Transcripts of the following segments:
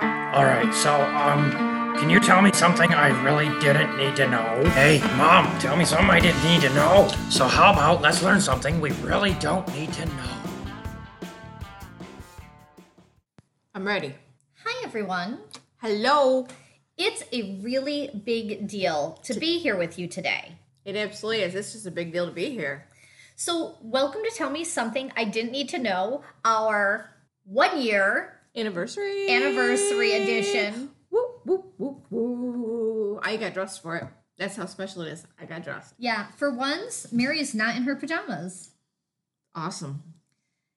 All right, so um, can you tell me something I really didn't need to know? Hey, mom, tell me something I didn't need to know. So how about let's learn something we really don't need to know? I'm ready. Hi, everyone. Hello. It's a really big deal to be here with you today. It absolutely is. It's just a big deal to be here. So, welcome to Tell Me Something I Didn't Need to Know, our one year Anniversary. anniversary edition. Woo, woo, woo, woo. I got dressed for it. That's how special it is. I got dressed. Yeah, for once, Mary is not in her pajamas. Awesome.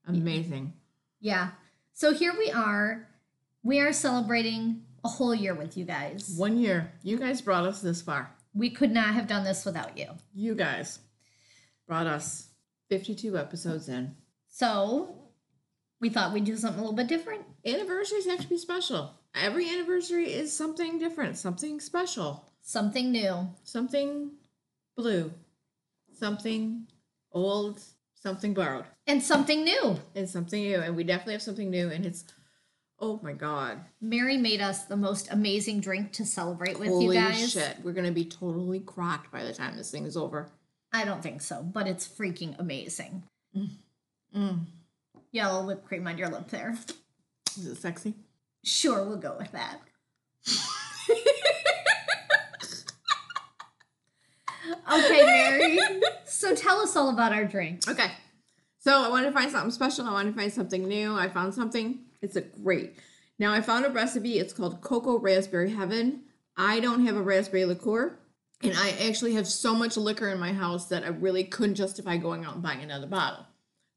Amazing. Yeah. So, here we are. We are celebrating a whole year with you guys. One year. You guys brought us this far. We could not have done this without you. You guys brought us 52 episodes in. So, we thought we'd do something a little bit different. Anniversaries have to be special. Every anniversary is something different, something special. Something new. something blue, something old, something borrowed, And something new. and something new. And we definitely have something new. And it's, oh my God. Mary made us the most amazing drink to celebrate with Holy you guys. shit. We're going to be totally crocked by the time this thing is over. I don't think so, but it's freaking amazing. Mm. Yellow whipped cream on your lip there. Is it sexy? Sure, we'll go with that. okay, Mary. So tell us all about our drink. Okay. So I wanted to find something special. I wanted to find something new. I found something. It's a great. Now I found a recipe. It's called Cocoa Raspberry Heaven. I don't have a raspberry liqueur. And I actually have so much liquor in my house that I really couldn't justify going out and buying another bottle.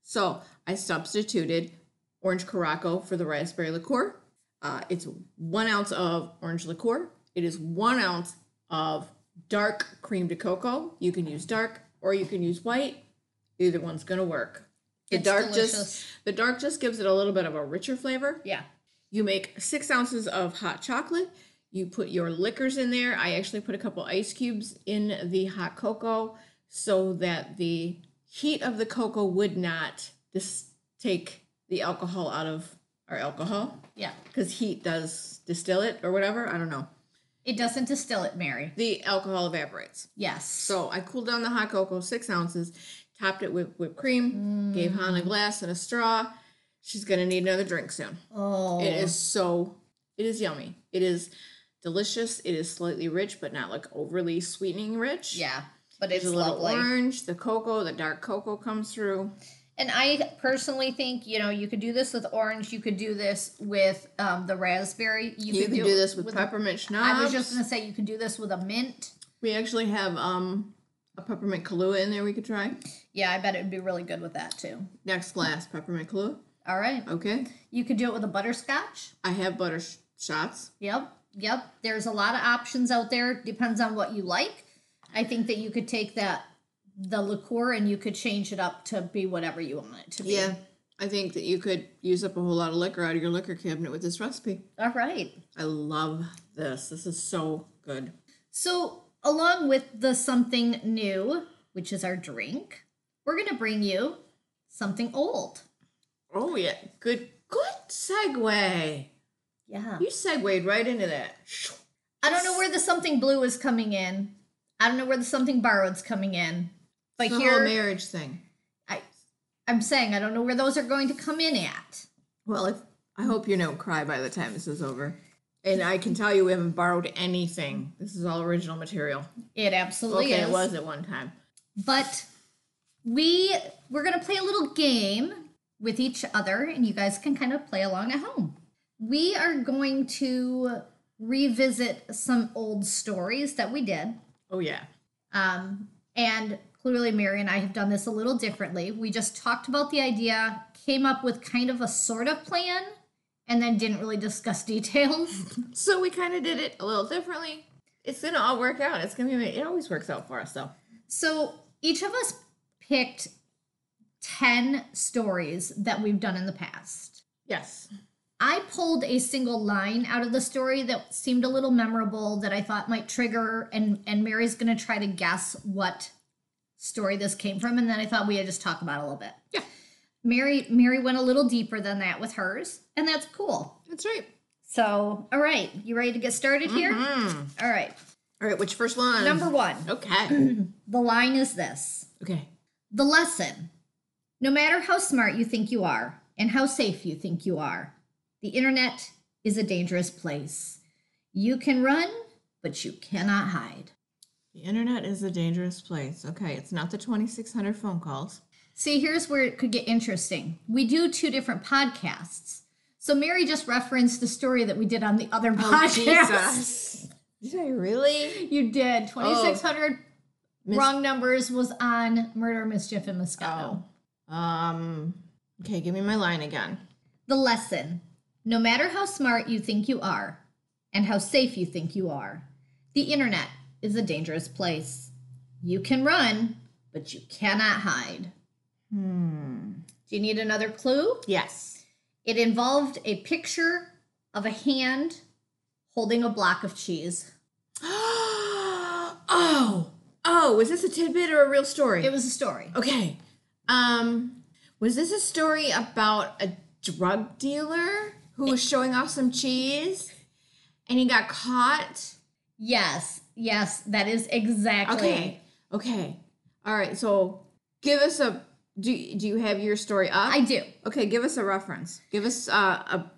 So I substituted orange Caraco for the raspberry liqueur. Uh, it's one ounce of orange liqueur. It is one ounce of dark cream de cocoa. You can use dark or you can use white. Either one's gonna work. The It's dark just delicious. the dark just gives it a little bit of a richer flavor. Yeah. You make six ounces of hot chocolate. You put your liquors in there. I actually put a couple ice cubes in the hot cocoa so that the heat of the cocoa would not dis- take the alcohol out of our alcohol Yeah. because heat does distill it or whatever. I don't know. It doesn't distill it, Mary. The alcohol evaporates. Yes. So I cooled down the hot cocoa, six ounces, topped it with whipped cream, gave Han a glass and a straw. She's going to need another drink soon. oh. It is so. It is yummy. It is delicious. It is slightly rich, but not like overly sweetening rich. Yeah. But it's There's a little lovely. orange. The cocoa, the dark cocoa comes through. And I personally think, you know, you could do this with orange. You could do this with um, the raspberry. You, can do, it this with, peppermint schnapps. I was just gonna say you could do this with a mint. we actually have um a peppermint Kahlua in there. We could try Yeah, I bet it would be really good with that too. next glass peppermint Kahlua. All right, Okay, you could do it with a butterscotch. I have butter sh- shots. Yep, yep. There's a lot of options out there. Depends on what you like. I think that you could take that the liqueur and you could change it up to be whatever you want it to be. Yeah, I think that you could use up a whole lot of liquor out of your liquor cabinet with this recipe. All right. I love this. This is so good. So, along with the something new, which is our drink, we're gonna bring you something old. Oh yeah, good, good segue. Yeah. You segued right into that. I don't know where the something blue is coming in. I don't know where the something borrowed's coming in. But the whole here, marriage thing. I, I'm saying I don't know where those are going to come in at. Well, if I hope you don't cry by the time this is over. And I can tell you, we haven't borrowed anything. This is all original material. It absolutely Okay, is. it was at one time. But we we're gonna play a little game with each other, and you guys can kind of play along at home. We are going to revisit some old stories that we did. Oh yeah, Um, and clearly, Mary and I have done this a little differently. We just talked about the idea, came up with kind of a sort of plan, and then didn't really discuss details. so we kind of did it a little differently. It's gonna all work out. It's gonna be. It always works out for us, though. so each of us picked 10 stories that we've done in the past. Yes. I pulled a single line out of the story that seemed a little memorable that I thought might trigger, and, and Mary's gonna try to guess what story this came from, and then I thought we would just talk about it a little bit. Yeah, Mary Mary went a little deeper than that with hers, and that's cool. that's right. So, all right, you ready to get started here? All right. All right, which first one? Number one, Okay. the line is this okay. The lesson. No matter how smart you think you are and how safe you think you are, the internet is a dangerous place. You can run, but you cannot hide. The internet is a dangerous place. Okay, it's not the 2,600 phone calls. See, here's where it could get interesting. We do two different podcasts. So Mary just referenced the story that we did on the other Oh, podcast. Did I really? You did. 2600 Mis- wrong numbers was on murder, mischief and Moscato. Oh. Um, okay, give me my line again. The lesson no matter how smart you think you are and how safe you think you are, the internet is a dangerous place. You can run, but you cannot hide. Hmm. Do you need another clue? Yes. It involved a picture of a hand holding a block of cheese. oh, oh, was this a tidbit or a real story? It was a story. okay. Um, was this a story about a drug dealer who was showing off some cheese and he got caught? Yes, yes, that is exactly. Okay. Okay. All right. So give us a. Do, do you have your story up? I do. okay. Give us a reference. Give us uh, a.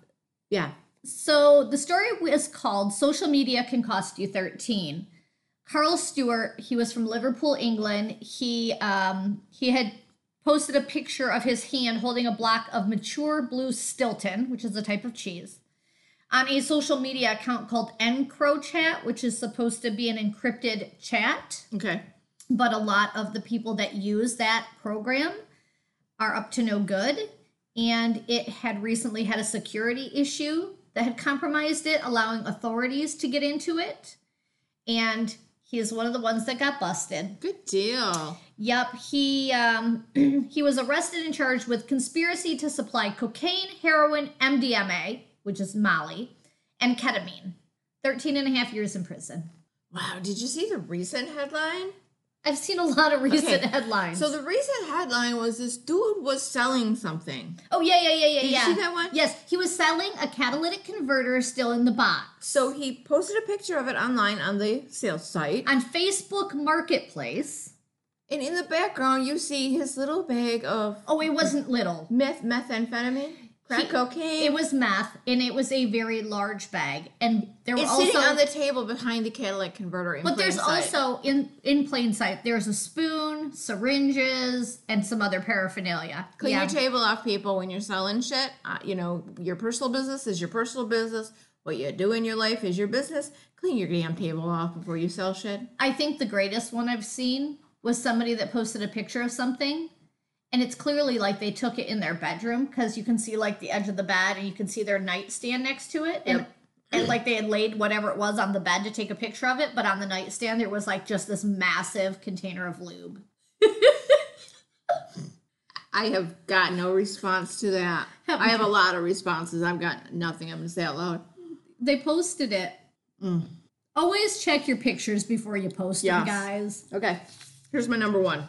Yeah. So the story was called Social Media Can Cost You 13. Carl Stewart, he was from Liverpool, England. He um, he had posted a picture of his hand holding a block of mature blue Stilton, which is a type of cheese, on a social media account called EncroChat, which is supposed to be an encrypted chat Okay. but a lot of the people that use that program are up to no good. And it had recently had a security issue that had compromised it, allowing authorities to get into it. And he is one of the ones that got busted. Good deal. Yep, he um, he was arrested and charged with conspiracy to supply cocaine, heroin, MDMA, which is Molly, and ketamine. 13 and a half years in prison. Wow. Did you see the recent headline? I've seen a lot of recent Okay, headlines. So the recent headline was this dude was selling something. Oh yeah, yeah, yeah, yeah, Did you yeah. see that one? Yes, he was selling a catalytic converter still in the box So he posted a picture of it online on the sales site. on Facebook Marketplace. And in the background, you see his little bag of Oh, it wasn't little. meth, methamphetamine, crack He- cocaine. It was meth, and it was a very large bag, and there were It's also. sitting on the table behind the catalytic converter. In but there's plain sight. also in in plain sight. There's a spoon, syringes, and some other paraphernalia. clean yeah. your table off, people. When you're selling shit, uh, you know your personal business is your personal business. What you do in your life is your business. Clean your damn table off before you sell shit. I think the greatest one I've seen was somebody that posted a picture of something and it's clearly like they took it in their bedroom because you can see like the edge of the bed and you can see their nightstand next to it and and like they had laid whatever it was on the bed to take a picture of it but on the nightstand there was like just this massive container of lube. I have got no response to that. I have a lot of responses. I've got nothing. I'm gonna say out loud. They posted it. Always check your pictures before you post Yes. them, guys. Okay, here's my number one.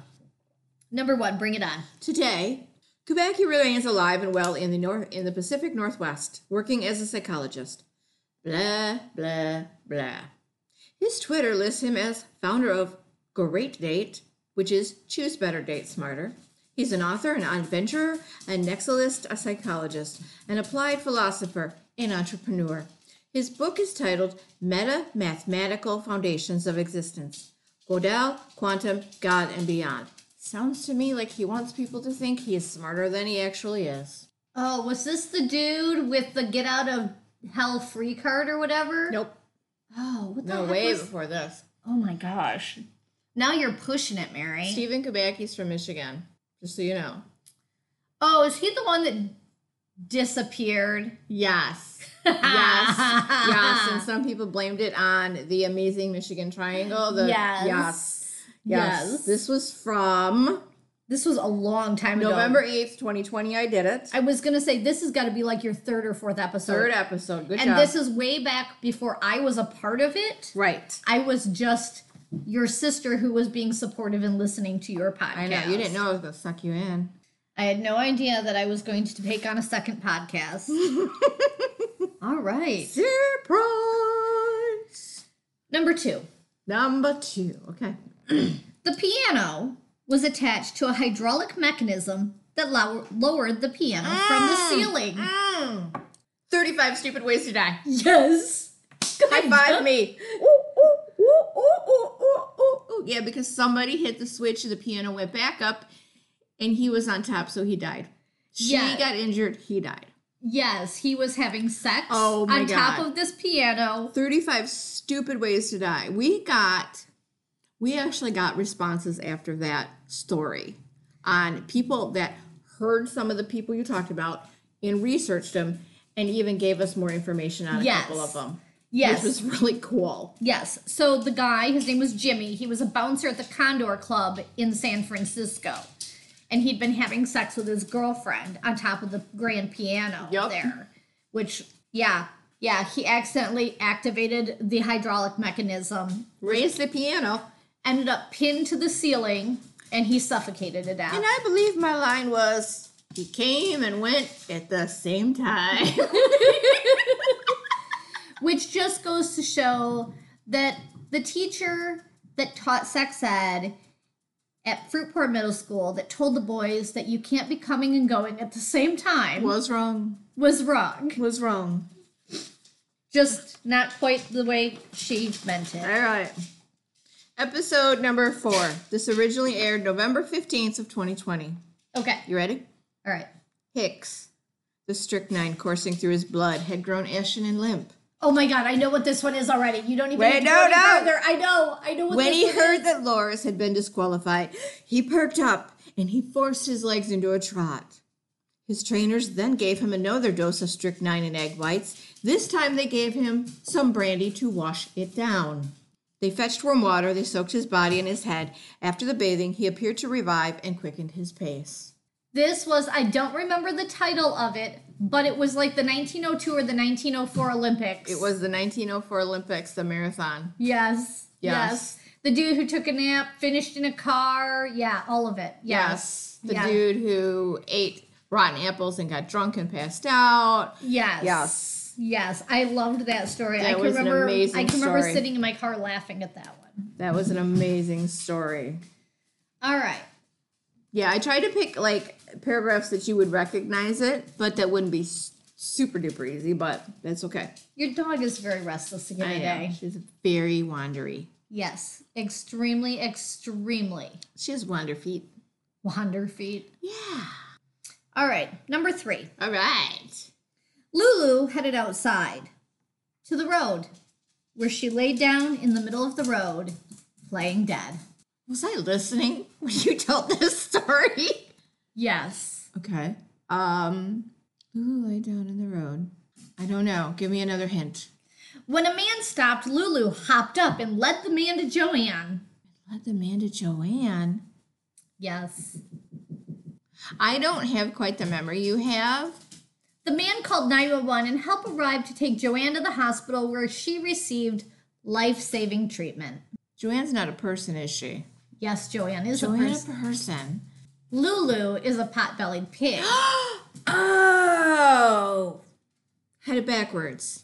Number 1, bring it on. Today, Kubaki remains alive and well in the north in the Pacific Northwest, working as a psychologist. Blah blah blah. His Twitter lists him as founder of Great Date, which is choose better, date smarter. He's an author, an adventurer, a nexalist, a psychologist, an applied philosopher, an entrepreneur. His book is titled Meta Mathematical Foundations of Existence Godel, Quantum, God, and Beyond. Sounds to me like he wants people to think he is smarter than he actually is. Oh, was this the dude with the get out of hell free card or whatever? Nope. Oh, what the No heck way was- before this. Oh my gosh. Now you're pushing it, Mary. Stephen Kubaki's from Michigan, just so you know. Oh, is he the one that disappeared? Yes. yes. Yes. And some people blamed it on the amazing Michigan Triangle. The, Yes. Yes. Yes. Yes. This was from This was a long time ago. November 8th, 2020. I did it. I was going to say this has got to be like your third or fourth episode. Third episode. Good and job. this is way back before I was a part of it. right. I was just your sister who was being supportive and listening to your podcast. I know. You didn't know I was going to suck you in. I had no idea that I was going to take on a second podcast. All right. Surprise! Number two. Number two. Okay. The piano was attached to a hydraulic mechanism that low- lowered the piano from Ah. the ceiling. 35 Mm. stupid ways to die. Yes. High five me. Ooh, ooh, ooh, ooh, ooh, ooh, ooh, ooh. Yeah, because somebody hit the switch, the piano went back up, and he was on top, so he died. She Yeah. got injured, he died. Yes, he was having sex Oh my on top God. of this piano. 35 stupid ways to die. We got, we actually got responses after that story on people that heard some of the people you talked about and researched them and even gave us more information on a Yes. couple of them. Yes. Which was really cool. Yes. So the guy, his name was Jimmy. He was a bouncer at the Condor Club in San Francisco. And he'd been having sex with his girlfriend on top of the grand piano Yup. there. Which, yeah, yeah, he accidentally activated the hydraulic mechanism, Raised the piano. ended up pinned to the ceiling, and he suffocated to death. And I believe my line was he came and went at the same time. which just goes to show that the teacher that taught sex ed at Fruitport Middle School that told the boys that you can't be coming and going at the same time was wrong. was wrong. Was wrong. Just not quite the way she meant All it. right. Episode number four. This originally aired November 15th of 2020. Okay. You ready? All right. Hicks. The strychnine coursing through his blood had grown ashen and limp. Oh my god, I know what this one is already. You don't even Wait, have to go no, any no. further. I know. I know what When this he one heard is. that Loris had been disqualified, he perked up and he forced his legs into a trot. His trainers then gave him another dose of strychnine and egg whites. This time they gave him some brandy to wash it down. They fetched warm water, they soaked his body and his head. After the bathing, he appeared to revive and quickened his pace. This was, I don't remember the title of it, but it was like the 1902 or the 1904 Olympics. It was the 1904 Olympics, the marathon. Yes. Yes. Yes. The dude who took a nap, finished in a car. Yeah, all of it. Yes. The Yeah. dude who ate rotten apples and got drunk and passed out. Yes. Yes. Yes. I loved that story. I That can was an remember amazing I can remember story. sitting in my car laughing at that one. That was an amazing story. All right. Yeah, I tried to pick like paragraphs that you would recognize it, but that wouldn't be s- super duper easy, but that's okay. Your dog is very restless again I know. today. She's very wandery. Yes. Extremely, extremely She has wander feet. wander feet. Yeah. All right. Number three. All right. Lulu headed outside to the road, where she lay down in the middle of the road, playing dead. Was I listening when you told this story? Yes. Okay. Um, Lulu lay down in the road. I don't know. Give me another hint. When a man stopped, Lulu hopped up and led the man to Joanne. Let the man to Joanne. Yes. I don't have quite the memory you have. The man called 911 and help arrived to take Joanne to the hospital where she received life saving treatment. Joanne's not a person, is she? Yes, Joanne is a Joanne person. a person. Lulu is a pot bellied pig. Oh, had it backwards.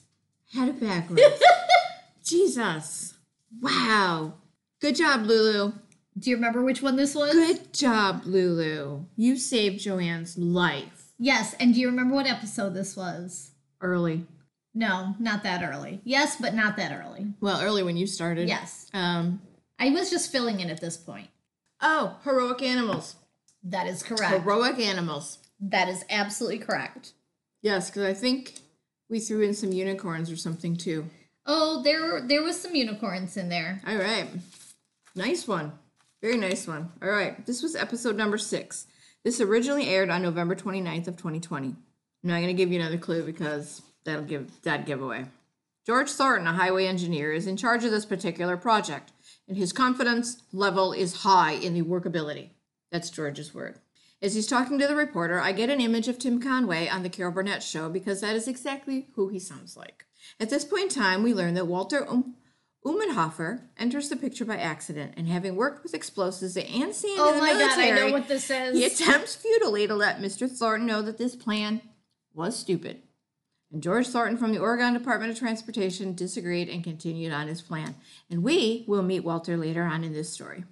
Had it backwards. Jesus. Wow. Good job, Lulu. Do you remember which one this was? Good job, Lulu. You saved Joanne's life Yes, and do you remember what episode this was? early. No, not that early. Yes, but not that early. Well, early when you started. Yes. Um. I was just filling in at this point. Oh, heroic animals. That is correct. Heroic animals. That is absolutely correct. Yes, because I think we threw in some unicorns or something too. Oh, there there was some unicorns in there. All right. Nice one. Very nice one. All right. This was episode number six. This originally aired on November 29th of 2020. I'm not going to give you another clue because that'll give that giveaway. George Thornton, a highway engineer, is in charge of this particular project, and his confidence level is high in the workability. That's George's word. As he's talking to the reporter, I get an image of Tim Conway on The Carol Burnett Show because that is exactly who he sounds like. At this point in time, we learn that Walter um- Umenhofer enters the picture by accident, and having worked with explosives and sand in Oh the my god, I military, know what this is. he attempts futilely to let Mr. Thornton know that this plan was stupid. And George Thornton from the Oregon Department of Transportation disagreed and continued on his plan. And we will meet Walter later on in this story.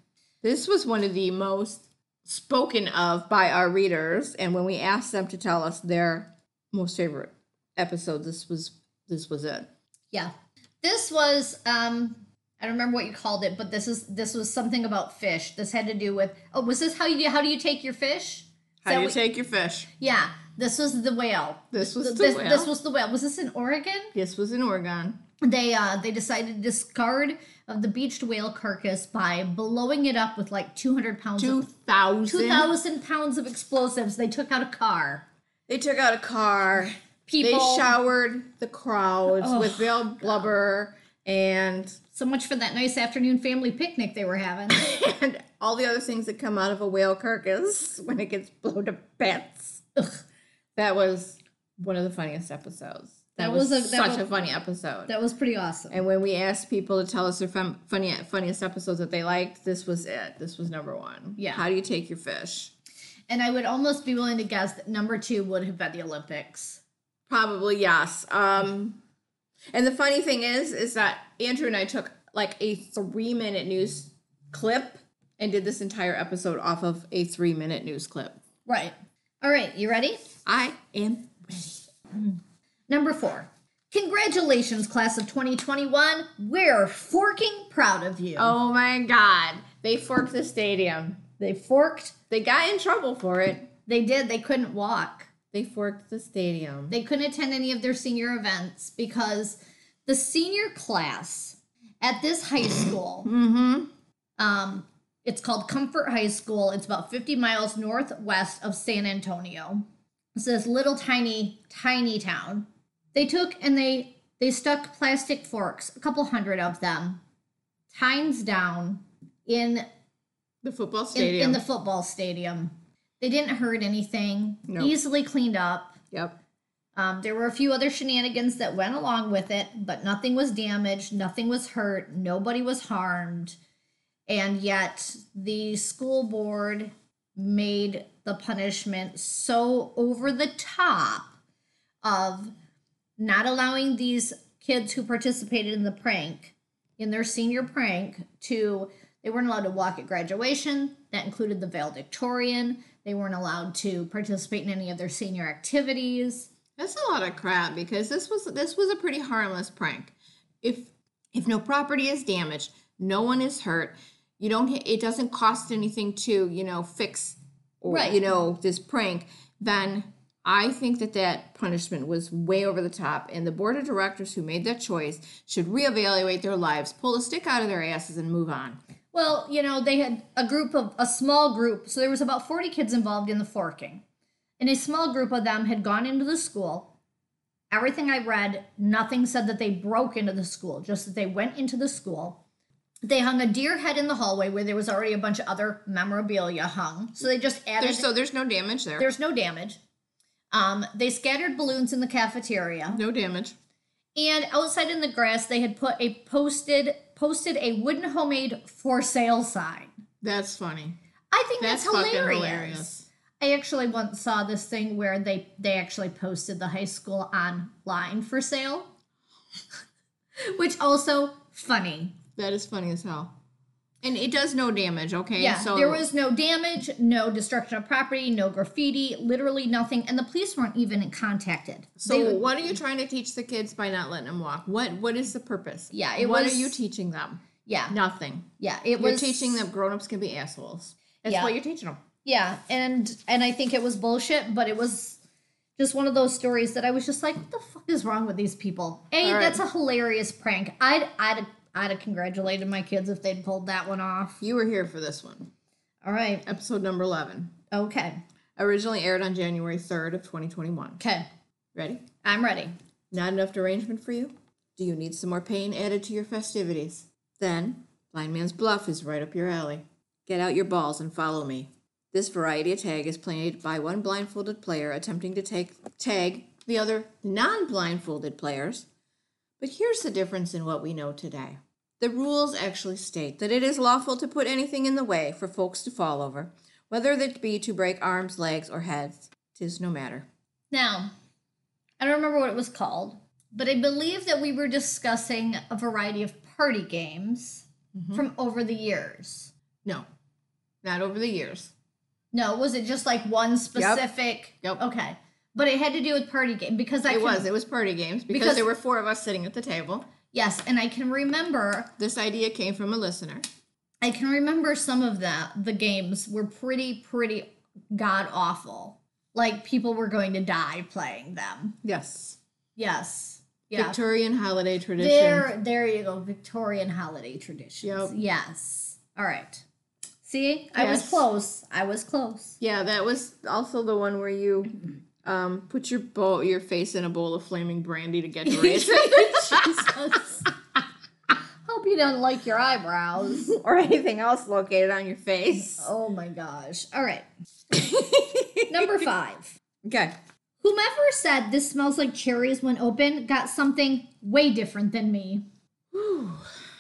This was one of the most spoken of by our readers, and when we asked them to tell us their most favorite episode, this was this was it. Yeah. This was um I don't remember what you called it, but this is this was something about fish. This had to do with oh, was this how you do how do you take your fish? Is How that do you what- take your fish? Yeah. This was the whale. This was Th- the this, whale. this was the whale. Was this in Oregon? This was in Oregon. They uh they decided to discard of the beached whale carcass by blowing it up with like 200 pounds Two of thousand. 2000 pounds of explosives. They took out a car. They took out a car. They People showered the crowds Oh, with real blubber and so much for that nice afternoon family picnic they were having. and all the other things that come out of a whale carcass when it gets blown to bits. Ugh. That was one of the funniest episodes. That, That was, was a- that such a was- funny episode. that was pretty awesome. and when we asked people to tell us their fun, funny, funniest episodes that they liked, this was it. This was number one. Yeah. How do you take your fish? And I would almost be willing to guess that number two would have been the Olympics. Probably yes. Um, and the funny thing is, is that Andrew and I took like a three minute news clip and did this entire episode off of a three minute news clip. Right. All right, you ready? I am Number four. Congratulations, class of 2021. We're forking proud of you. Oh my god. They forked the stadium. They forked. They got in trouble for it. They did. They couldn't walk. They forked the stadium. They couldn't attend any of their senior events because the senior class at this high school, Mm-hmm. um, it's called Comfort High School. It's about 50 miles northwest of San Antonio. It's this little tiny, tiny town. They took and they they stuck plastic forks, a couple hundred of them, tines down in The football in, stadium. in the football stadium. They didn't hurt anything. No. Easily cleaned up. yep. Um, there were a few other shenanigans that went along with it, but nothing was damaged, nothing was hurt, nobody was harmed. And yet, the school board made the punishment so over the top of not allowing these kids who participated in the prank, in their senior prank, to, they weren't allowed to walk at graduation. That included the valedictorian. They weren't allowed to participate in any of their senior activities. That's a lot of crap because this was this was a pretty harmless prank. If if no property is damaged, no one is hurt. You don't. It doesn't cost anything to you know fix or Right. you know this prank. Then I think that that punishment was way over the top, and the board of directors who made that choice should reevaluate their lives, pull the stick out of their asses, and move on. Well, you know, they had a group of a small group, so there was about 40 kids involved in the forking. And a small group of them had gone into the school. Everything I read, nothing said that they broke into the school, just that they went into the school. They hung a deer head in the hallway where there was already a bunch of other memorabilia hung. So they just added There's so there's no damage there. there's no damage. Um, they scattered balloons in the cafeteria. no damage. And outside in the grass, they had put a posted posted a wooden homemade for sale sign. That's funny. I think That's, that's, fucking hilarious. hilarious. I actually once saw this thing where they they actually posted the high school online for sale, which also funny. That is funny as hell. And it does no damage, okay? Yeah, there was no damage, no destruction of property, no graffiti, literally nothing, and the police weren't even contacted. So They- what are you trying to teach the kids by not letting them walk? What what is the purpose? Yeah, it what was- are you teaching them? yeah, Nothing. yeah, it You're was teaching them grown-ups can be assholes. That's Yeah. what you're teaching them. Yeah, and and I think it was bullshit, but it was just one of those stories that I was just like, what the fuck is wrong with these people? A, All right. that's a hilarious prank. I'd I'd I'd have congratulated my kids if they'd pulled that one off. You were here for this one. All right. Episode number 11. Okay. Originally aired on January 3rd of 2021. Okay. Ready? I'm ready. Not enough derangement for you? Do you need some more pain added to your festivities? Then, Blind Man's Bluff is right up your alley. Get out your balls and follow me. This variety of tag is played by one blindfolded player attempting to take, tag the other non blindfolded players. But here's the difference in what we know today. The rules actually state that it is lawful to put anything in the way for folks to fall over, whether that be to break arms, legs, or heads. Tis no matter. Now, I don't remember what it was called, but I believe that we were discussing a variety of party games Mm-hmm. from over the years. No, not over the years. No, was it just like one specific? Yep. Okay. But it had to do with party game because I It can, was. It was party games because, Because- there were four of us sitting at the table. Yes, and I can remember This idea came from a listener. I can remember some of that the games were pretty pretty god awful. Like people were going to die playing them. Yes. Yes. Yeah. Victorian holiday tradition. There, there you go. Victorian holiday traditions. Yep. Yes. All right. See, I was Yes. close. I was close. Yeah, that was also the one where you um, put your bowl, your face in a bowl of flaming brandy to get rich, Jesus. Hope you don't like your eyebrows. or anything else located on your face. Oh my gosh. All right. Number five. Okay. Whomever said this smells like cherries when open got something way different than me.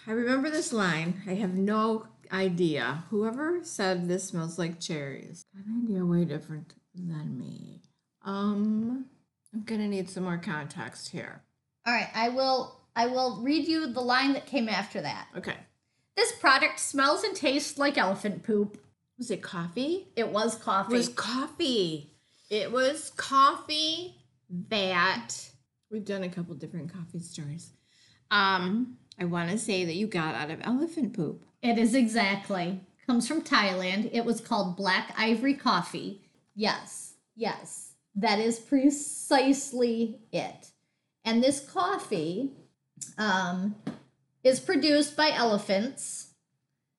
I remember this line. I have no idea. Whoever said this smells like cherries. Got an idea way different than me. Um, I'm gonna need some more context here. All right, I will I will read you the line that came after that. Okay. This product smells and tastes like elephant poop. Was it coffee? It was coffee. It was coffee. It was coffee that we've done a couple different coffee stories. Um, I want to say that you got out of elephant poop. It is exactly. Comes from Thailand. It was called Black Ivory Coffee. Yes, yes. That is precisely it. And this coffee um, is produced by elephants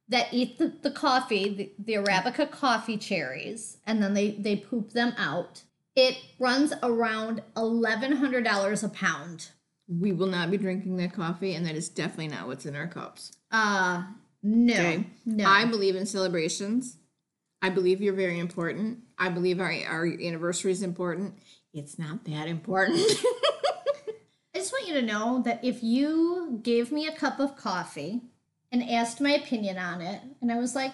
that eat the, the coffee, the, the Arabica coffee cherries, and then they, they poop them out. It runs around $1,100 a pound. We will not be drinking that coffee, and that is definitely not what's in our cups. Uh, no. Okay. No. I believe in celebrations. I believe you're very important. I believe our, our anniversary is important. It's not that important. I just want you to know that if you gave me a cup of coffee and asked my opinion on it, and I was like,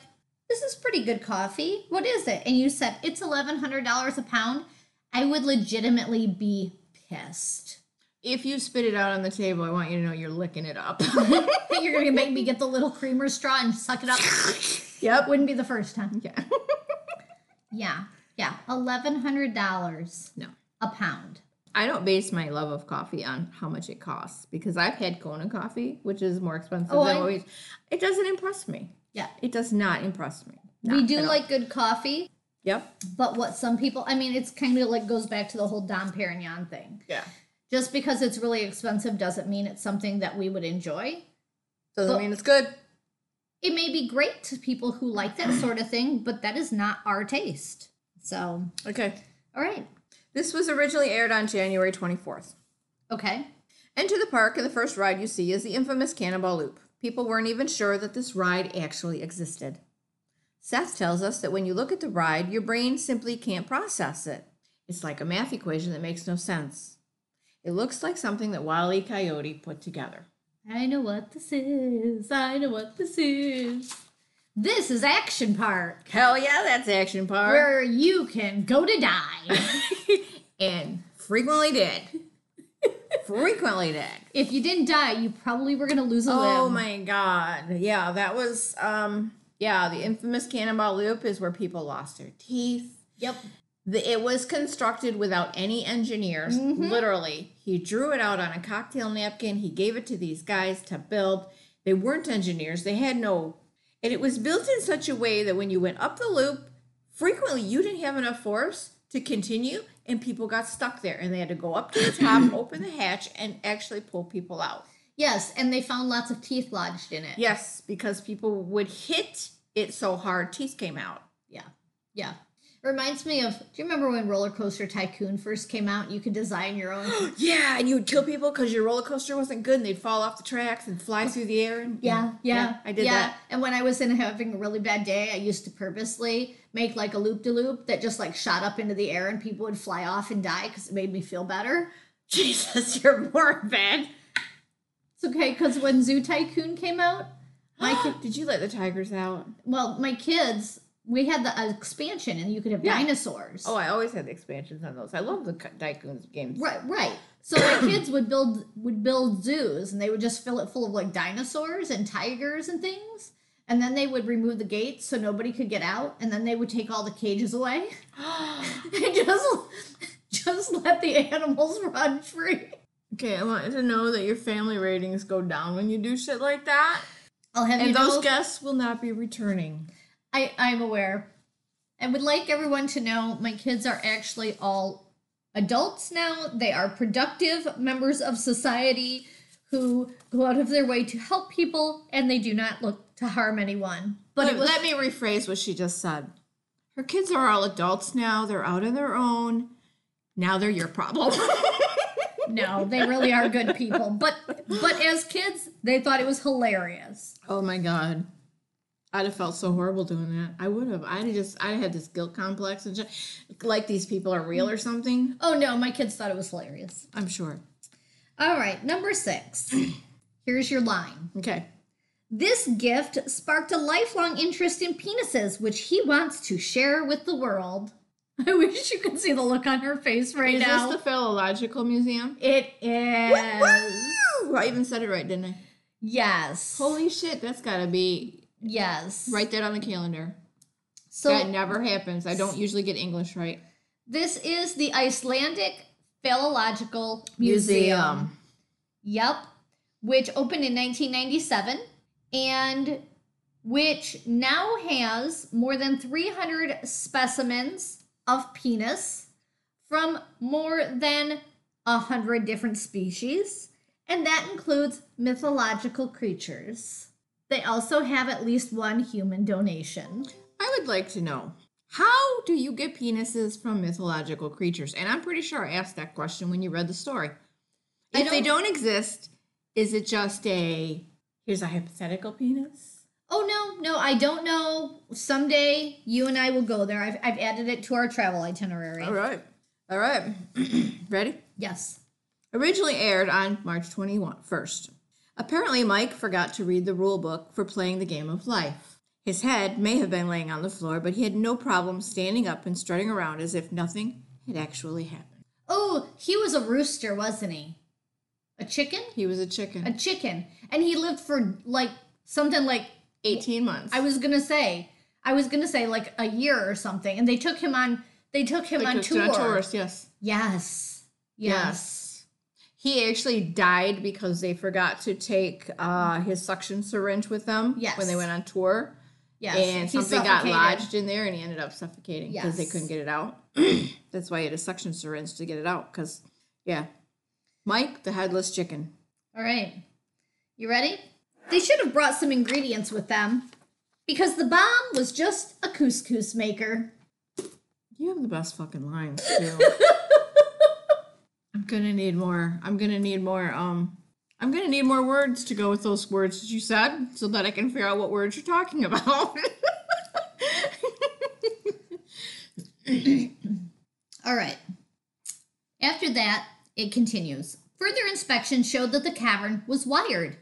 this is pretty good coffee. What is it? And you said, it's $1,100 a pound. I would legitimately be pissed. if you spit it out on the table, I want you to know you're licking it up. You're going to make me get the little creamer straw and suck it up. yep. Wouldn't be the first time. Yeah. Yeah. Yeah. $1,100 No. a pound. I don't base my love of coffee on how much it costs because I've had Kona coffee, which is more expensive Oh, than I- what we. It doesn't impress me. Yeah. It does not impress me. we Not do at all. like good coffee, Yep. but what some people, I mean, it's kind of like goes back to the whole Dom Perignon thing. Yeah. just because it's really expensive doesn't mean it's something that we would enjoy. Doesn't But- mean it's good. It may be great to people who like that sort of thing, but that is not our taste. So, Okay. all right. This was originally aired on January 24th. Okay. Enter the park, and the first ride you see is the infamous Cannonball Loop. People weren't even sure that this ride actually existed. Seth tells us that when you look at the ride, your brain simply can't process it. It's like a math equation that makes no sense. It looks like something that Wile E. Coyote put together. I know what this is. I know what this is. This is Action Park, Hell yeah, that's Action Park. where you can go to die. and frequently did. frequently did. if you didn't die, you probably were going to lose a Oh limb. my god. Yeah, that was um yeah, the infamous Cannonball Loop is where people lost their teeth. Yep. The, it was constructed without any engineers, literally. He drew it out on a cocktail napkin. He gave it to these guys to build. They weren't engineers, they had no. And it was built in such a way that when you went up the loop, frequently you didn't have enough force to continue, and people got stuck there. And they had to go up to the top, open the hatch, and actually pull people out. Yes, and they found lots of teeth lodged in it. Yes, because people would hit it so hard, teeth came out. Yeah. Yeah. It reminds me of do you remember when Roller Coaster Tycoon first came out? You could design your own. Yeah, and you would kill people because your roller coaster wasn't good, and they'd fall off the tracks and fly through the air. And, Yeah, yeah, I did yeah. that. And when I was in having a really bad day, I used to purposely make like a loop de loop that just like shot up into the air and people would fly off and die because it made me feel better. Jesus, you're morbid. It's okay because when Zoo Tycoon came out, My kid, did you let the tigers out? well, my kids We had the uh, expansion, and you could have Yeah. dinosaurs. Oh, I always had the expansions on those. I love the Ki- Tycoons games. Right, right. So my kids would build would build zoos, and they would just fill it full of like dinosaurs and tigers and things. And then they would remove the gates so nobody could get out, and then they would take all the cages away and just just let the animals run free. Okay, I want to know that your family ratings go down when you do shit like that, I'll have and you those know, guests will not be returning. I I'm aware. I would like everyone to know my kids are actually all adults now. They are productive members of society who go out of their way to help people and they do not look to harm anyone. But But it was let me rephrase what she just said. Her kids are all adults now. They're out on their own. Now they're your problem. no, they really are good people. But but as kids, they thought it was hilarious. oh my god. I'd have felt so horrible doing that. I would have. I'd have just I had this guilt complex and just like these people are real or something. Oh no, my kids thought it was hilarious. I'm sure. All right, number 6. Here's your line. Okay. This gift sparked a lifelong interest in penises, which he wants to share with the world. I wish you could see the look on her face right Is now. this the Philological Museum? it is. Woo! I even said it right, didn't I? yes. Holy shit, that's gotta be yes. right there on the calendar. So that never happens. I don't usually get English right. this is the Icelandic Philological Museum. Yep. Which opened in 1997 and which now has more than 300 specimens of penis from more than 100 different species, and that includes mythological creatures. They also have at least one human donation. I would like to know how do you get penises from mythological creatures? And I'm pretty sure I asked that question when you read the story. I If they don't- don't exist, is it just a here's a hypothetical penis? Oh, no, no, I don't know. Someday you and I will go there. I've, I've added it to our travel itinerary. All right. All right. Ready? Yes. Originally aired on March 21st. Apparently, Mike forgot to read the rule book for playing the game of life. His head may have been laying on the floor, but he had no problem standing up and strutting around as if nothing had actually happened. Oh, he was a rooster, wasn't he? A chicken? He was a chicken. A chicken. And he lived for like something like 18 months. I was gonna say, I was gonna say like a year or something. And they took him on they took him on Because John tour. Torres, yes. Yes. Yes. He actually died because they forgot to take uh, his suction syringe with them Yes. when they went on tour. Yes. And He something got suffocated. lodged in there and he ended up suffocating because they Yes. couldn't get it out. That's why he had a suction syringe to get it out because, yeah. Mike, the headless chicken. All right. You ready? They should have brought some ingredients with them. Because the bomb was just a couscous maker. You have the best fucking lines, too. I'm gonna need more. I'm gonna need more. Um, I'm gonna need more words to go with those words that you said, so that I can figure out what words you're talking about. All right. After that, it continues. Further inspection showed that the cavern was wired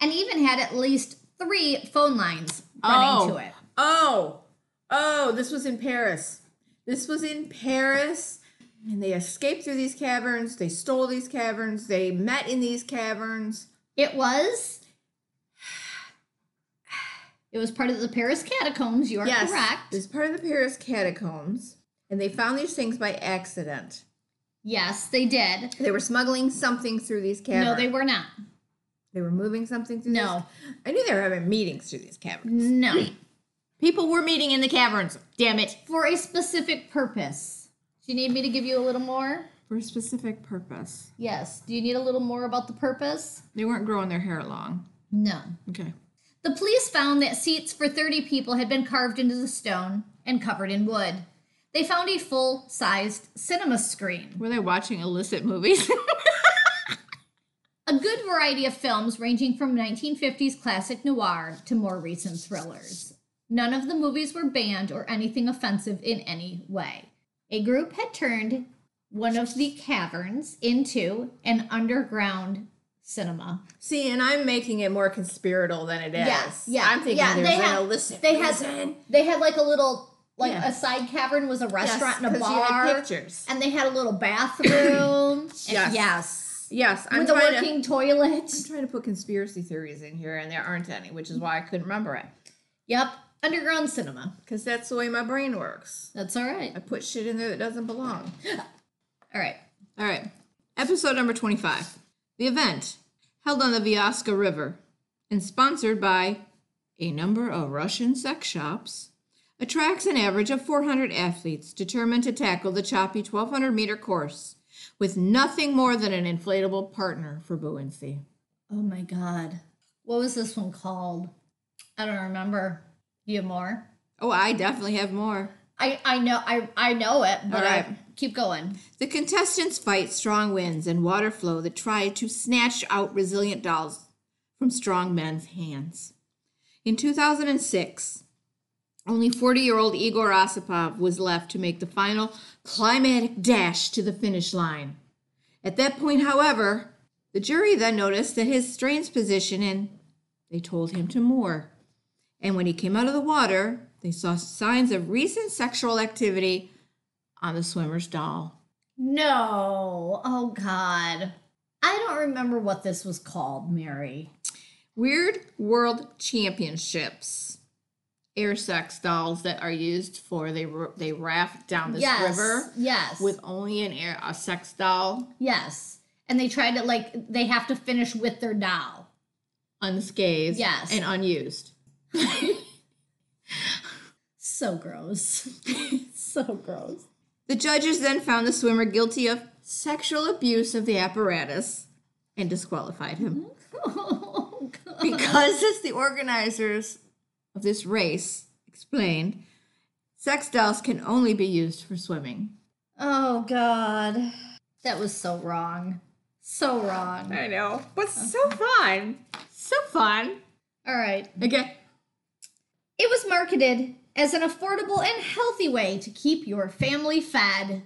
and even had at least three phone lines running Oh. to it. oh, oh, this was in Paris. This was in Paris, and they escaped through these caverns. They stole these caverns. They met in these caverns. It was. It was part of the Paris catacombs. You are correct. It was part of the Paris catacombs, and they found these things by accident. Yes, they did. They were smuggling something through these caverns. No, they were not. They were moving something through. No. these- I knew they were having meetings through these caverns. No. People were meeting in the caverns. Damn it! For a specific purpose. Do you need me to give you a little more? For a specific purpose. Yes. Do you need a little more about the purpose? They weren't growing their hair long. No. Okay. The police found that seats for 30 people had been carved into the stone and covered in wood. They found a full sized cinema screen. Were they watching illicit movies? A good variety of films ranging from 1950s classic noir to more recent thrillers. None of the movies were banned or anything offensive in any way. A group had turned one of the caverns into an underground cinema. See, and I'm making it more conspiratorial than it is. Yes, yeah, I'm thinking yeah, there's they an had- illicit They had reason. they had like a little like Yeah. a side cavern was a restaurant and a 'cause you had bar, pictures. and they had a little bathroom. And- Yes. yes, Yes, I'm with a trying working toilet. to trying to put conspiracy theories in here, and there aren't any, which is why I couldn't remember it. Yep, underground cinema. Because that's the way my brain works. That's all right. I put shit in there that doesn't belong. All right. All right. Episode number 25. The event, held on the Vyaska River and sponsored by a number of Russian sex shops, attracts an average of 400 athletes determined to tackle the choppy 1200 meter course with nothing more than an inflatable partner for buoyancy. Oh my god, what was this one called? I don't remember. You have more? Oh, I definitely have more. I I know I I know it, but All I- right. keep going. The contestants fight strong winds and water flow that try to snatch out resilient dolls from strong men's hands. In 2006, only 40 year old Igor Osipov was left to make the final climatic dash to the finish line. At that point, however, the jury then noticed that his strange position and they told him to moor. And when he came out of the water, they saw signs of recent sexual activity on the swimmer's doll. No, oh god, I don't remember what this was called, Mary. Weird World Championships. Air sex dolls that are used for they r- they raft down this yes, river yes, with only an air a sex doll yes, and they tried to like they have to finish with their doll. unscathed Yes. and unused. So gross, so gross. The judges then found the swimmer guilty of sexual abuse of the apparatus and disqualified him. Oh god. because as the organizers of this race explained, sex dolls can only be used for swimming. Oh god, that was so wrong, so wrong. I know. But so fun. Uh-huh. So fun. All right. Okay. It was marketed as an affordable and healthy way to keep your family fed.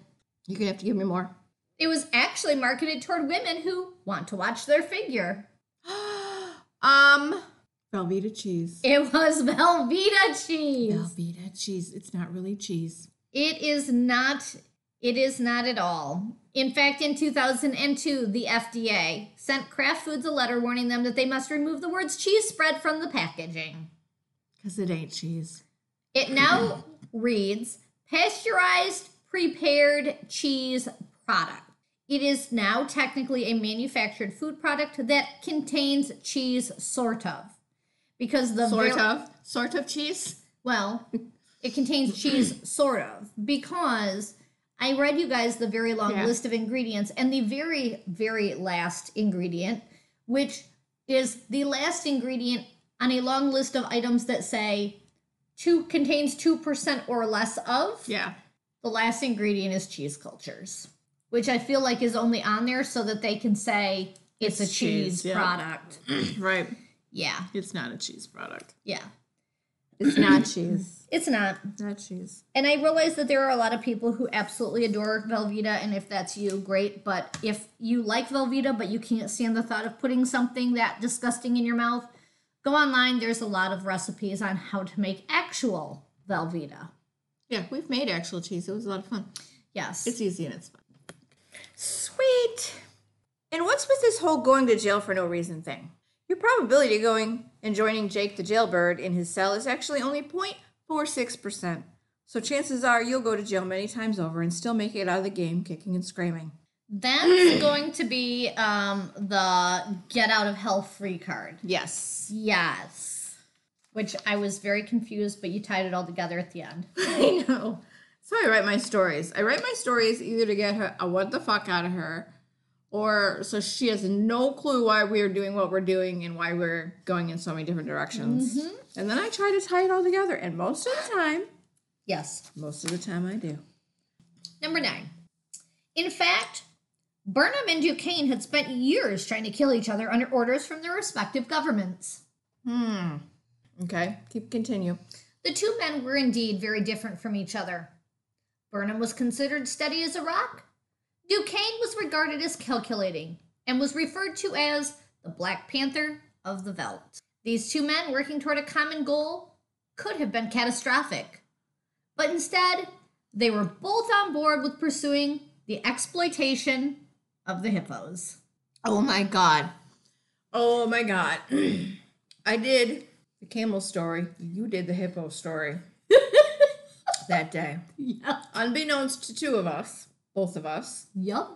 You're gonna have to give me more. It was actually marketed toward women who want to watch their figure. Um Velveeta cheese. It was Velveeta cheese. Velveeta cheese. It's not really cheese. It is not it is not at all. In fact, in 2002, the FDA sent Kraft Foods a letter warning them that they must remove the words cheese spread from the packaging. Because it ain't cheese. It now reads pasteurized prepared cheese product. It is now technically a manufactured food product that contains cheese, sort of. Because the Sort ver- of. Sort of cheese? well, it contains cheese, sort of. Because I read you guys the very long Yeah. list of ingredients and the very, very last ingredient, which is the last ingredient on a long list of items that say two contains 2% or less of. Yeah. The last ingredient is cheese cultures, which I feel like is only on there so that they can say it's, It's a cheese, cheese, yeah. product. Right. yeah, It's not a cheese product. yeah. It's not cheese. It's not. Not cheese. And I realize that there are a lot of people who absolutely adore Velveeta, and if that's you, great. But if you like Velveeta, but you can't stand the thought of putting something that disgusting in your mouth, go online. There's a lot of recipes on how to make actual Velveeta. Yeah, we've made actual cheese. It was a lot of fun. Yes. It's easy and it's fun. Sweet. And what's with this whole going to jail for no reason thing? Your probability of going and joining Jake the jailbird in his cell is actually only 0.46%. So chances are you'll go to jail many times over and still make it out of the game kicking and screaming. That's going to be um, the get out of hell free card. Yes. Yes. Which I was very confused, but you tied it all together at the end. I know. So I write my stories. I write my stories either to get her a what the fuck out of her or so she has no clue why we're doing what we're doing and why we're going in so many different directions. And then I try to tie it all together. And most of the time, Yes. most of the time I do. Number nine. In fact, Burnham and Duquesne had spent years trying to kill each other under orders from their respective governments. Hmm. Okay. Keep continue. The two men were indeed very different from each other. Burnham was considered steady as a rock. Duquesne was regarded as calculating and was referred to as the Black Panther of the Veldt. These two men working toward a common goal could have been catastrophic, but instead, they were both on board with pursuing the exploitation of the hippos. Oh my god. Oh my god. I did the camel story. You did the hippo story. that day. Yep. Unbeknownst to two of us, both of us, Yep.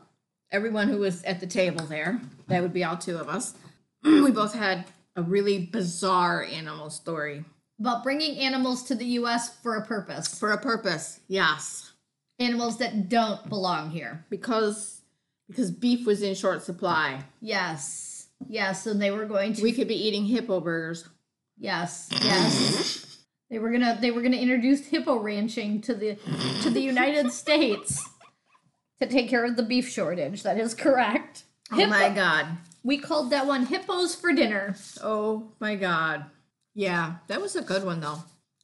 everyone who was at the table there, that would be all two of us, we both had a really bizarre animal story. About bringing animals to the U.S. for a purpose. For a purpose, yes. Animals that don't belong here. Because because beef was in short supply. Yes. Yes. And they were going to. We could be eating hippo burgers. yes. Yes. they were gonna. They were gonna introduce hippo ranching to the to the United States to take care of the beef shortage. That is correct. Oh my god. We called that one hippos for dinner. Oh my god. Yeah, that was a good one though.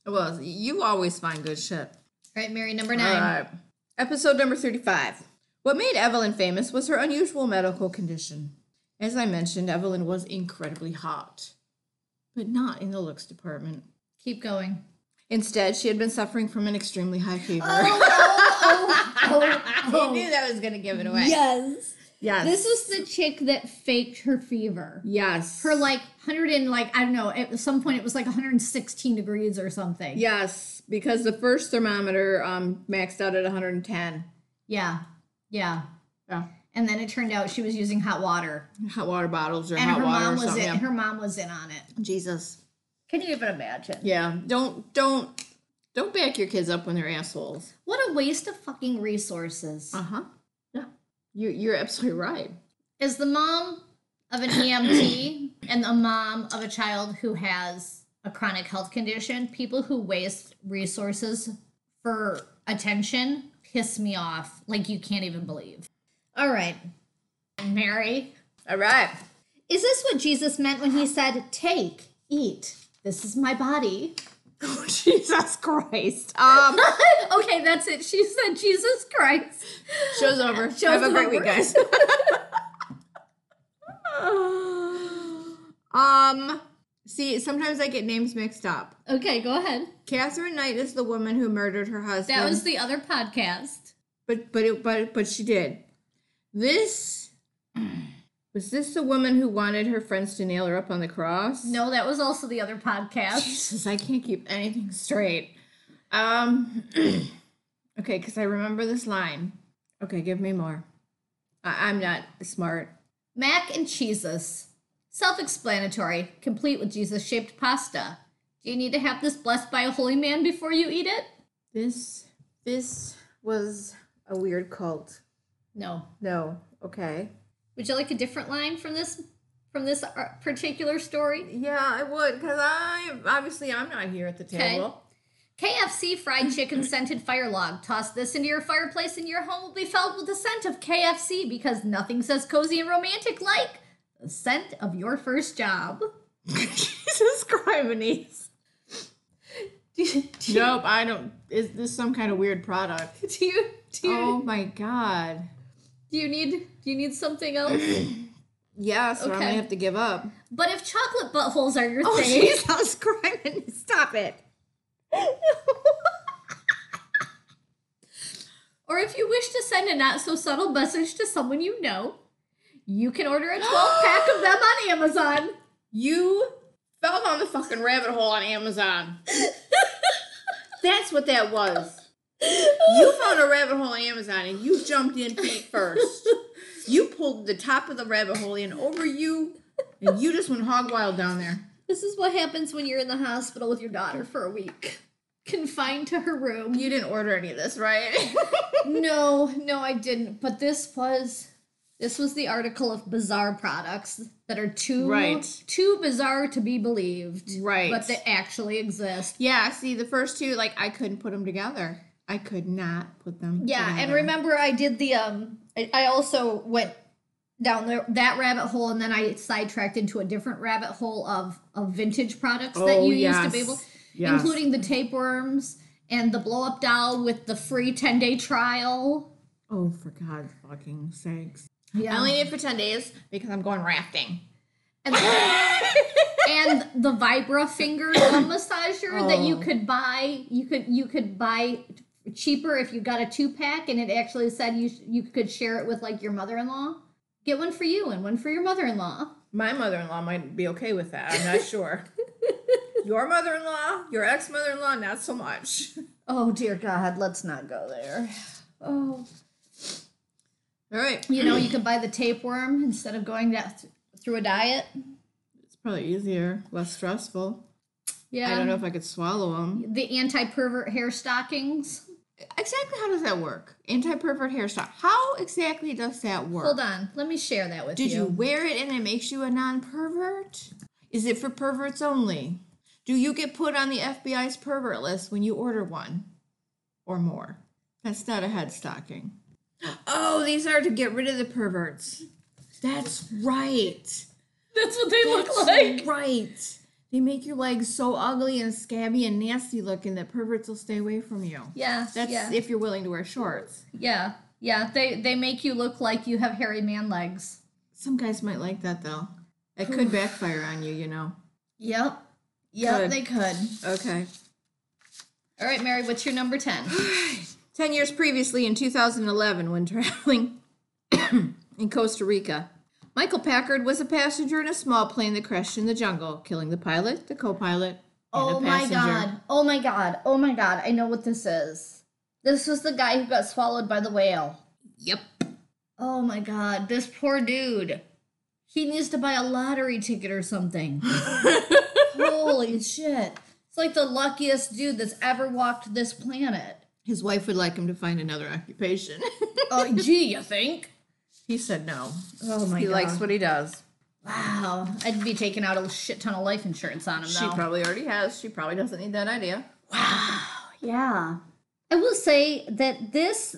It was. You always find good shit. All right, Mary, number All nine. right. Episode number 35. What made Evelyn famous was her unusual medical condition. As I mentioned, Evelyn was incredibly hot, but not in the looks department. Keep going. Instead, she had been suffering from an extremely high fever. Oh, I knew that was going to give it away. Yes. Yes. Oh, This is the chick that faked her fever. yes. Her like 100 and like I don't know, at some point it was like 116 degrees or something. Yes, because the first thermometer um maxed out at 110. Yeah. Yeah. Yeah. And then it turned out she was using hot water. Hot water bottles or And hot her water or mom was in something. yeah. her mom was in on it. Jesus. Can you even imagine? Yeah, don't don't don't back your kids up when they're assholes. What a waste of fucking resources. huh. Yeah, you you're absolutely right. Is the mom of an EMT and the mom of a child who has a chronic health condition, people who waste resources for attention piss me off like you can't even believe. All right. Mary, All right. is this what Jesus meant when he said, "Take, eat. This is my body"? Oh, Jesus Christ. Um, okay, that's it. She said, "Jesus Christ." show's over. Have Show's a great over. week, guys. um, see, sometimes I get names mixed up. Okay, go ahead. Catherine Knight is the woman who murdered her husband. That was the other podcast. But but it, but but she did. This was this the woman who wanted her friends to nail her up on the cross? No, that was also the other podcast. Jesus, I can't keep anything straight. Um okay, because I remember this line. Okay, give me more. I- I'm not smart. Mac and cheeses. Self explanatory, complete with Jesus shaped pasta. Do you need to have this blessed by a holy man before you eat it? This this was a weird cult. No. No. Okay. Would you like a different line from this from this ar- particular story? Yeah, I would, because I obviously I'm not here at the table. KFC fried chicken scented fire log. Toss this into your fireplace and your home will be filled with the scent of KFC because nothing says cozy and romantic like the scent of your first job. Jesus Christ. nope, I don't. Is this some kind of weird product? Do you do you, Oh my god. do you need do you need something else? Yes, or I'm gonna Okay. have to give up. But if chocolate buttholes are Oh, your thing, Jesus Christ! Stop it. or if you wish to send a not so subtle message to someone you know, you can order a 12 pack of them on Amazon. You fell down the fucking rabbit hole on Amazon. That's what that was. You found a rabbit hole on Amazon and you jumped in feet first. You pulled the top of the rabbit hole in over you, and you just went hog wild down there. This is what happens when you're in the hospital with your daughter for a week, confined to her room. You didn't order any of this, right? no, no, I didn't. But this was this was the article of bizarre products that are too Right. too bizarre to be believed, Right. but they actually exist. yeah, see, the first two, like, I couldn't put them together. I could not put them Yeah, and together. remember I did the um I, I also went down there that rabbit hole and then I sidetracked into a different rabbit hole of of vintage products that Oh, you used to be yes. able Yes. including the tapeworms and the blow up doll with the free 10 day trial. Oh, for God's fucking sakes. Yeah. I only need it for 10 days because I'm going rafting. And, and the Vibra finger thumb massager that you Oh. could buy, you could you could buy cheaper if you got a two pack, and it actually said you sh- you could share it with like your mother in law. Get one for you and one for your mother in law. My mother in law might be okay with that. I'm not sure. your mother in law, your ex mother in law, not so much. Oh dear God, let's not go there. Oh, All right. you know you could buy the tapeworm instead of going that th- through a diet. It's probably easier, less stressful. Yeah, I don't know if I could swallow them. the anti-pervert hair stockings. Exactly how does that work? Anti pervert hairstyle. How exactly does that work? Hold on, let me share that with Did you. you wear it and it makes you a non pervert? Is it for perverts only? Do you get put on the FBI's pervert list when you order one or more? That's not a headstocking. Oh, these are to get rid of the perverts. That's right. That's what they That's right. They make your legs so ugly and scabby and nasty looking that perverts will stay away from you. Yeah, That's yeah, if you're willing to wear shorts. yeah, yeah. They they make you look like you have hairy man legs. Some guys might like that though. It could backfire on you, you know. Yep, yep. Good. They could. Okay. All right, Mary. What's your number ten? 10 years previously in 2011 when traveling in Costa Rica. Michael Packard was a passenger in a small plane that crashed in the jungle, killing the pilot, the co-pilot, and Oh a my passenger. god. Oh my god. Oh my god. I know what this is. This was the guy who got swallowed by the whale. Yep. Oh my god. This poor dude. He needs to buy a lottery ticket or something. Holy shit. It's like the luckiest dude that's ever walked this planet. His wife would like him to find another occupation. Oh, gee, you think? he said no. Oh my He god. likes what he does. wow. I'd be taking out a shit ton of life insurance on him She though. probably already has. She probably doesn't need that idea. Yeah. I will say that this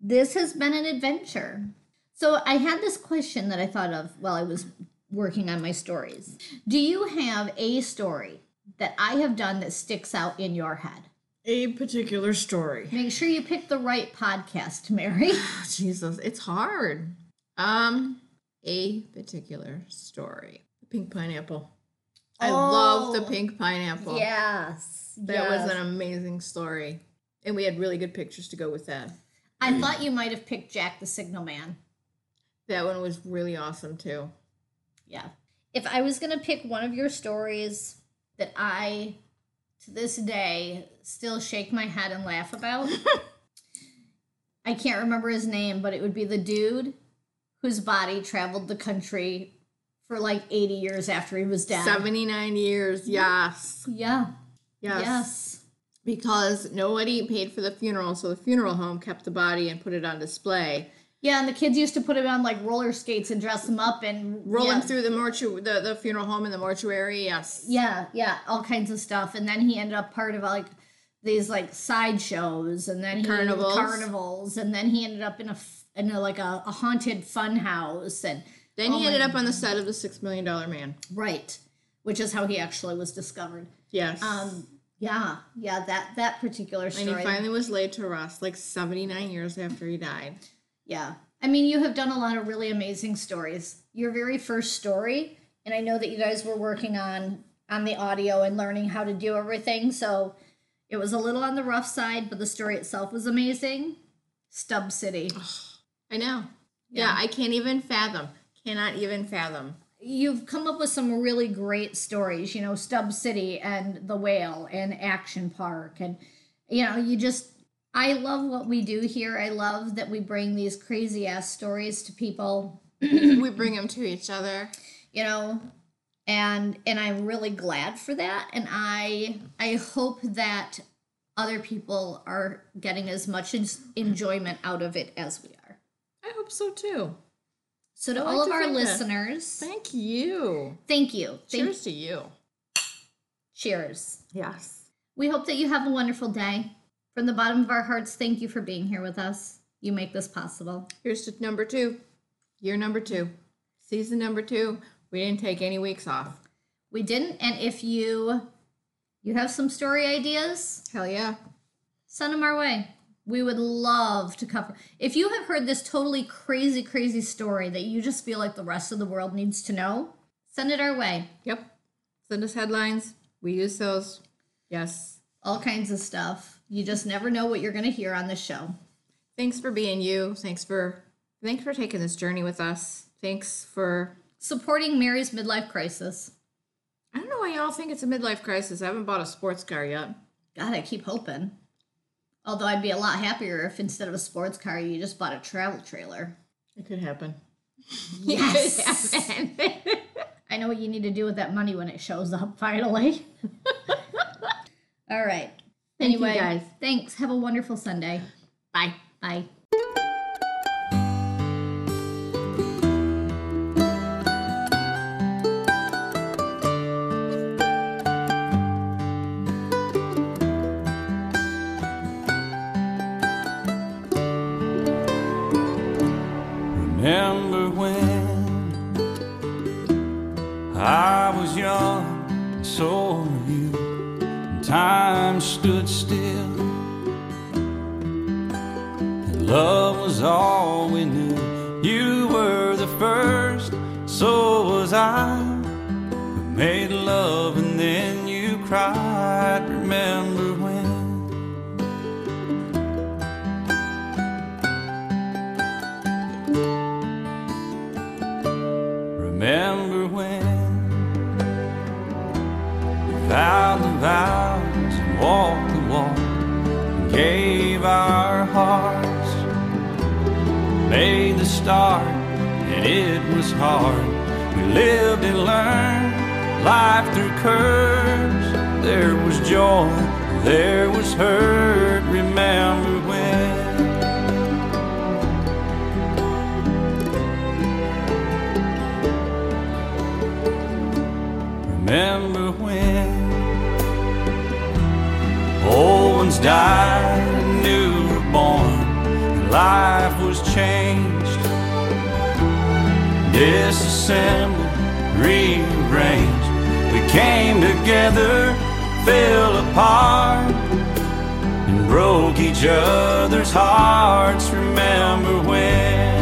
this has been an adventure. So I had this question that I thought of while I was working on my stories. Do you have a story that I have done that sticks out in your head? A particular story. Make sure you pick the right podcast, Mary. Oh, Jesus, it's hard. Um, a particular story. The pink pineapple. I love the Oh, pink pineapple. yes. That was an amazing story. And we had really good pictures to go with that. I thought you might have picked Jack the Signal Man. That one was really awesome too. Yeah. If I was going to pick one of your stories that I, to this day, still shake my head and laugh about, I can't remember his name, but it would be the dude whose body traveled the country for like 80 years after he was dead. 79 years. Yes. Yeah. Yes. Yes. Because nobody paid for the funeral, so the funeral home kept the body and put it on display. Yeah, and the kids used to put him on like roller skates and dress him up and Rolling yeah. through the mortuary, the, the funeral home and the mortuary. Yes. Yeah, yeah, all kinds of stuff. And then he ended up part of like these like sideshows, and then he Carnivals. carnivals, and then he ended up in a f- in a, like a, a haunted fun house, and Then Oh he my ended up on the set of the Six Million Dollar Man. right, which is how he actually was discovered. Yes. Um, yeah, yeah, that that particular and he story. finally was laid to rest like 79 years after he died. yeah, I mean, you have done a lot of really amazing stories. Your very first story, and I know that you guys were working on on the audio and learning how to do everything, so. It was a little on the rough side, but the story itself was amazing. Stub City. I know. Yeah, I can't even fathom. Cannot even fathom. You've come up with some really great stories, you know, Stub City and The Whale and Action Park. And, you know, you just, I love what we do here. I love that we bring these crazy ass stories to people, we bring them to each other. you know, and and I'm really glad for that and I I hope that other people are getting as much en- enjoyment out of it as we are. I hope so too. So to I like all of to our think that. listeners, Thank you. thank you. Thank- Cheers to you. cheers. Yes. We hope that you have a wonderful day. From the bottom of our hearts, thank you for being here with us. You make this possible. Here's to number two. Year number two. Season number two. We didn't take any weeks off. We didn't, and if you you have some story ideas, Hell yeah. send them our way. We would love to cover. If you have heard this totally crazy, crazy story that you just feel like the rest of the world needs to know, Send it our way. Yep. Send us headlines. We use those. Yes. All kinds of stuff. You just never know what you're going to hear on this show. Thanks for being you. Thanks for thanks for taking this journey with us. Thanks for Supporting Mary's midlife crisis. I don't know why y'all think it's a midlife crisis. I haven't bought a sports car yet. God, I keep hoping. Although I'd be a lot happier if instead of a sports car, you just bought a travel trailer. It could happen. Yes. I know what you need to do with that money when it shows up finally. All right. Thank you, anyway, guys. thanks. Have a wonderful Sunday. Bye. Bye. Remember when I was young, and so were you, and time stood still, and love was all we knew. You were the first, so was I. We made love and then you cried. Remember when? Remember when we vowed the vows and walked the walk and gave our hearts, made the start, and it was hard. We lived and learned life through curves. There was joy, there was hurt. Remember when? Remember when old ones died and new were born, and life was changed, disassembled, rearranged. We came together, fell apart, and broke each other's hearts. Remember when?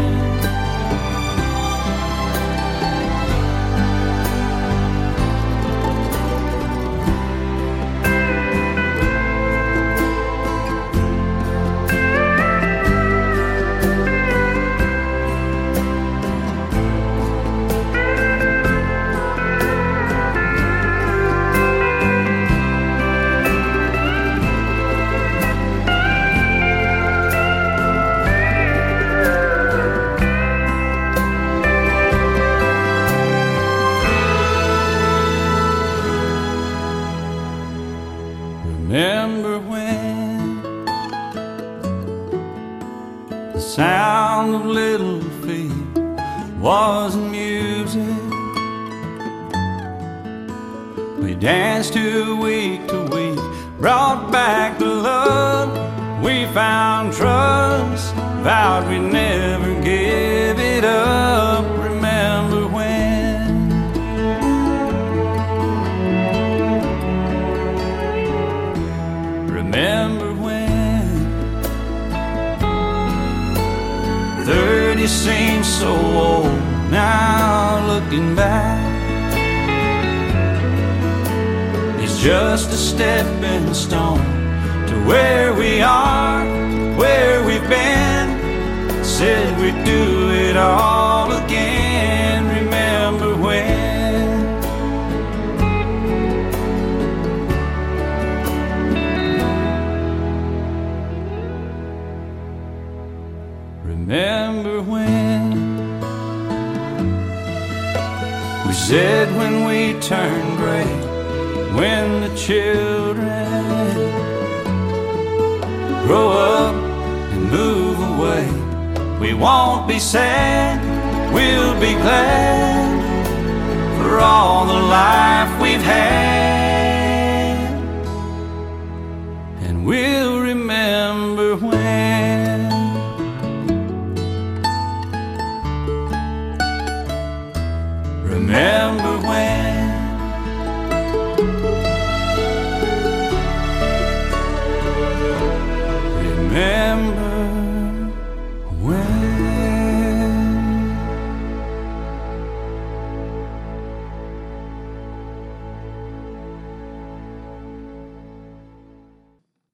Remember when the sound of little feet was music? We danced to week to week, brought back the love. We found trust, vowed we'd never give it up. Remember when? Remember when 30 seems so old now looking back It's just a stepping stone to where we are, where we've been Said we'd do it all again Remember when Remember when we said when we turned gray, when the children grow up and move away, we won't be sad, we'll be glad for all the life we've had, and we'll remember when. Remember.